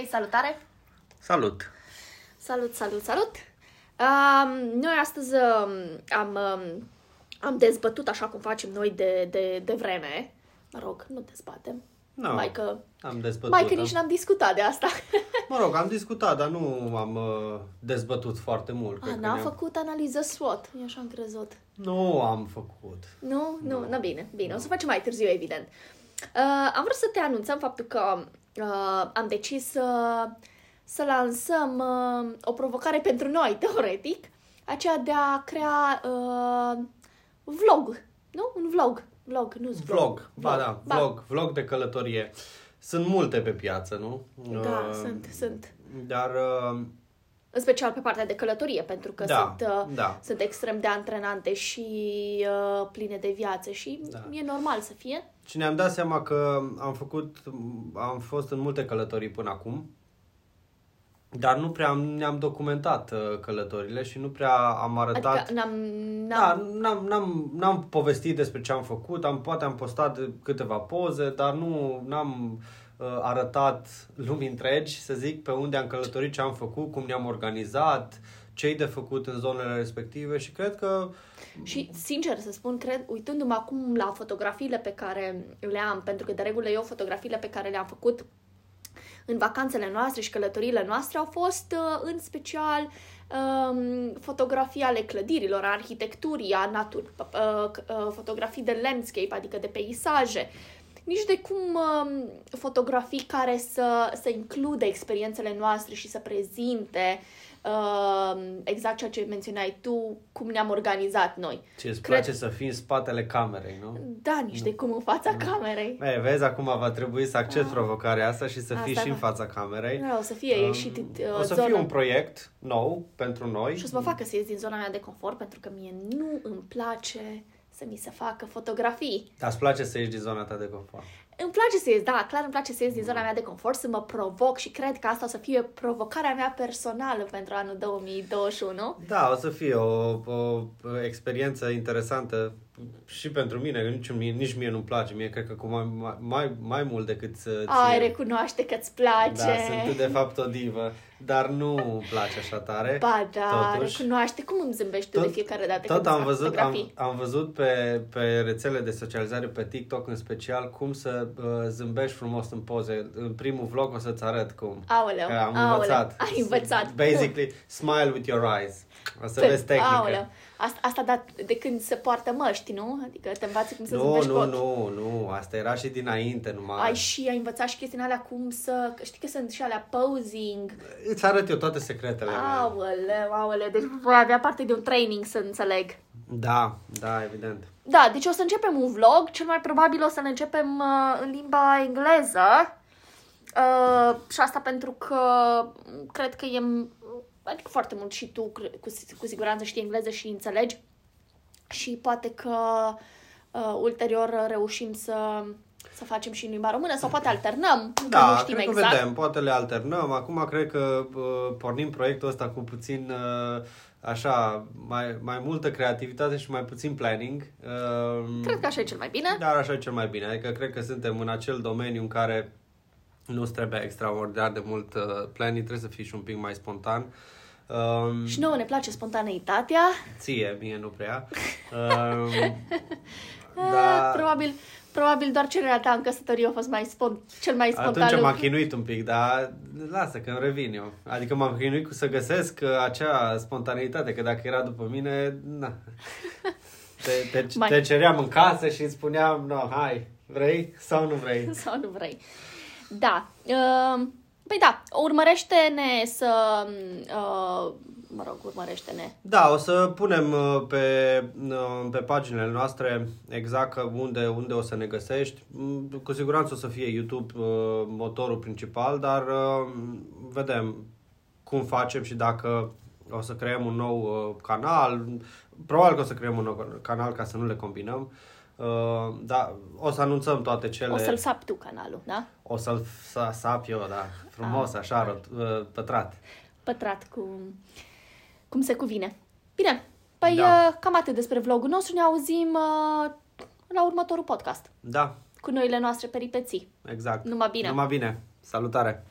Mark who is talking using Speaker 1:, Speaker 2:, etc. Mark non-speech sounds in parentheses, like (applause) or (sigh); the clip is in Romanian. Speaker 1: Ei, salutare!
Speaker 2: Salut!
Speaker 1: Salut, salut, salut! Um, noi astăzi um, am, um, am dezbătut așa cum facem noi de, de, de vreme. Mă rog, nu dezbatem.
Speaker 2: No,
Speaker 1: Mai că,
Speaker 2: am dezbătut.
Speaker 1: mai că nici
Speaker 2: am...
Speaker 1: n-am discutat de asta. (laughs)
Speaker 2: Mă rog, am discutat, dar nu am uh, dezbătut foarte mult. cred
Speaker 1: A,
Speaker 2: că
Speaker 1: Ah, n-am
Speaker 2: ne-am-
Speaker 1: făcut analiză SWOT, eu așa am crezut.
Speaker 2: Nu am făcut.
Speaker 1: Nu? Nu, na bine, bine, o să facem mai târziu, evident. Uh, am vrut să te anunțăm faptul că uh, am decis să, să lansăm uh, o provocare pentru noi, (laughs) teoretic, aceea de a crea uh, vlog, nu? Un vlog, vlog, nu
Speaker 2: Vlog, ba da, vlog, vlog de călătorie. Sunt multe pe piață, nu?
Speaker 1: Da,
Speaker 2: Uh,
Speaker 1: sunt, sunt.
Speaker 2: Dar, uh,
Speaker 1: În special pe partea de călătorie, pentru că
Speaker 2: da,
Speaker 1: sunt... Uh,
Speaker 2: da.
Speaker 1: sunt extrem de antrenante și uh, pline de viață și
Speaker 2: Da.
Speaker 1: e normal să fie.
Speaker 2: Și ne-am dat seama că am făcut, am fost în multe călătorii până acum, dar nu prea am, ne-am documentat uh, călătorile și nu prea am arătat...
Speaker 1: Adică n-am, n-am
Speaker 2: Da, n-am, n-am, n-am povestit despre ce am făcut, am, poate am postat câteva poze, dar nu n-am uh, arătat lumii întregi, să zic, pe unde am călătorit, ce am făcut, cum ne-am organizat, ce de făcut în zonele respective și cred că
Speaker 1: Și, sincer să spun, cred, uitându-mă acum la fotografiile pe care le am, pentru că de regulă eu fotografiile pe care le-am făcut în vacanțele noastre și călătoriile noastre au fost uh, în special um, fotografii ale clădirilor, a arhitecturii, a naturii, p- uh, c- uh, fotografii de landscape, adică de peisaje, nici de cum um, fotografii care să, să includă experiențele noastre și să prezinte um, exact ceea ce menționai tu, cum ne-am organizat noi.
Speaker 2: ce îți
Speaker 1: Cred-
Speaker 2: place să fii în spatele camerei, nu?
Speaker 1: Da, nici de cum în fața camerei.
Speaker 2: E, vezi, acum va trebui să accepti provocarea asta și să
Speaker 1: Ah. Asta
Speaker 2: fii și
Speaker 1: da.
Speaker 2: în fața camerei.
Speaker 1: Da, o să fie ieșit
Speaker 2: Um,
Speaker 1: uh,
Speaker 2: o să fie
Speaker 1: zona...
Speaker 2: un proiect nou pentru noi.
Speaker 1: Și o să mă facă să ies din zona mea de confort, pentru că mie nu îmi place să mi se facă fotografii.
Speaker 2: Dar îți place să ieși din zona ta de confort.
Speaker 1: Îmi place să ies, da, clar îmi place să ies din
Speaker 2: Mm.
Speaker 1: zona mea de confort, să mă provoc și cred că asta o să fie provocarea mea personală pentru anul 2021.
Speaker 2: Da, o să fie o, o experiență interesantă și pentru mine, că nici mie, nici mie nu-mi place, mie cred că cu mai, mai- mai, mai mult decât să
Speaker 1: Ai, recunoaște că îți place.
Speaker 2: Da, sunt tu de fapt o divă, dar nu îmi place așa tare.
Speaker 1: Ba da,
Speaker 2: Totuși-
Speaker 1: recunoaște. Cum îmi zâmbești tu de fiecare dată
Speaker 2: tot
Speaker 1: când îți
Speaker 2: am
Speaker 1: fac
Speaker 2: văzut, am,
Speaker 1: fotografii?
Speaker 2: am văzut pe, pe rețele de socializare, pe TikTok în special, cum să uh, zâmbești frumos în poze. În primul vlog o să-ți arăt cum.
Speaker 1: Aoleu,
Speaker 2: Că am
Speaker 1: aoleu,
Speaker 2: învățat.
Speaker 1: ai învățat.
Speaker 2: Basically, smile with your eyes. O să
Speaker 1: Pe-
Speaker 2: vezi tehnică.
Speaker 1: Aoleu, asta, asta dat de când se poartă măști, nu? Adică te învață cum să
Speaker 2: Nu,
Speaker 1: zâmbești cu
Speaker 2: nu,
Speaker 1: ochii.
Speaker 2: nu, nu, asta era și dinainte numai.
Speaker 1: Ai și ai învățat și chestiile alea cum să... că Știi că sunt și alea posing.
Speaker 2: Îți arăt eu toate secretele mele.
Speaker 1: Aoleu, aoleu. Deci voi avea parte de un training să înțeleg.
Speaker 2: Da, da, evident.
Speaker 1: Da, deci o să începem un vlog. Cel mai probabil o să ne începem uh, în limba engleză. Uh, și asta pentru că m, cred că e... m, Adică foarte mult și tu cre- cu, si- cu siguranță știi engleză și înțelegi. Și poate că uh, ulterior uh, reușim să, să facem și în limba română sau poate alternăm, că
Speaker 2: Da,
Speaker 1: nu știm
Speaker 2: cred
Speaker 1: exact.
Speaker 2: că vedem, poate le alternăm. Acum cred că uh, pornim proiectul ăsta cu puțin, uh, așa, mai, mai multă creativitate și mai puțin planning. Uh,
Speaker 1: Cred că așa e cel mai bine.
Speaker 2: Dar așa e cel mai bine. Adică cred că suntem în acel domeniu în care nu-ți trebuie extraordinar de mult uh, planning, trebuie să fii și un pic mai spontan. Um,
Speaker 1: Și nouă ne place spontaneitatea.
Speaker 2: Ție, mie nu
Speaker 1: (laughs)
Speaker 2: prea. Um,
Speaker 1: Da. Probabil, probabil doar cererea ta în căsătorie a fost mai spon- cel mai spontan
Speaker 2: atunci m-am
Speaker 1: lucru.
Speaker 2: chinuit un pic, dar lasă că îmi revin eu. Adică m-am chinuit cu să găsesc uh, acea spontaneitate, că dacă era după mine,
Speaker 1: (laughs)
Speaker 2: na. Te, te,
Speaker 1: Mai-
Speaker 2: te ceream în casă și îți spuneam, no, hai, vrei sau nu vrei?
Speaker 1: (laughs) sau nu vrei. Da. Uh, păi da, urmărește-ne să... Uh, mă rog, urmărește-ne.
Speaker 2: Da, o să punem uh, pe, uh, pe paginile noastre exact că unde, unde o să ne găsești. Mm, Cu siguranță o să fie YouTube uh, motorul principal, dar uh, vedem cum facem și dacă o să creăm un nou uh, canal. Probabil că o să creăm un nou canal ca să nu le combinăm. Uh, Da, o să anunțăm toate cele.
Speaker 1: O să-l sapi tu canalul, da?
Speaker 2: o să-l sa- sap eu, da, frumos,
Speaker 1: Ah,
Speaker 2: așa, rot- uh, pătrat.
Speaker 1: Pătrat cu... cum se cuvine. Bine, păi
Speaker 2: Da.
Speaker 1: da. uh, cam atât despre vlogul nostru. Ne auzim uh, la următorul podcast
Speaker 2: Da,
Speaker 1: cu noile noastre peripeții.
Speaker 2: exact.
Speaker 1: Numai bine.
Speaker 2: Numai bine. Salutare!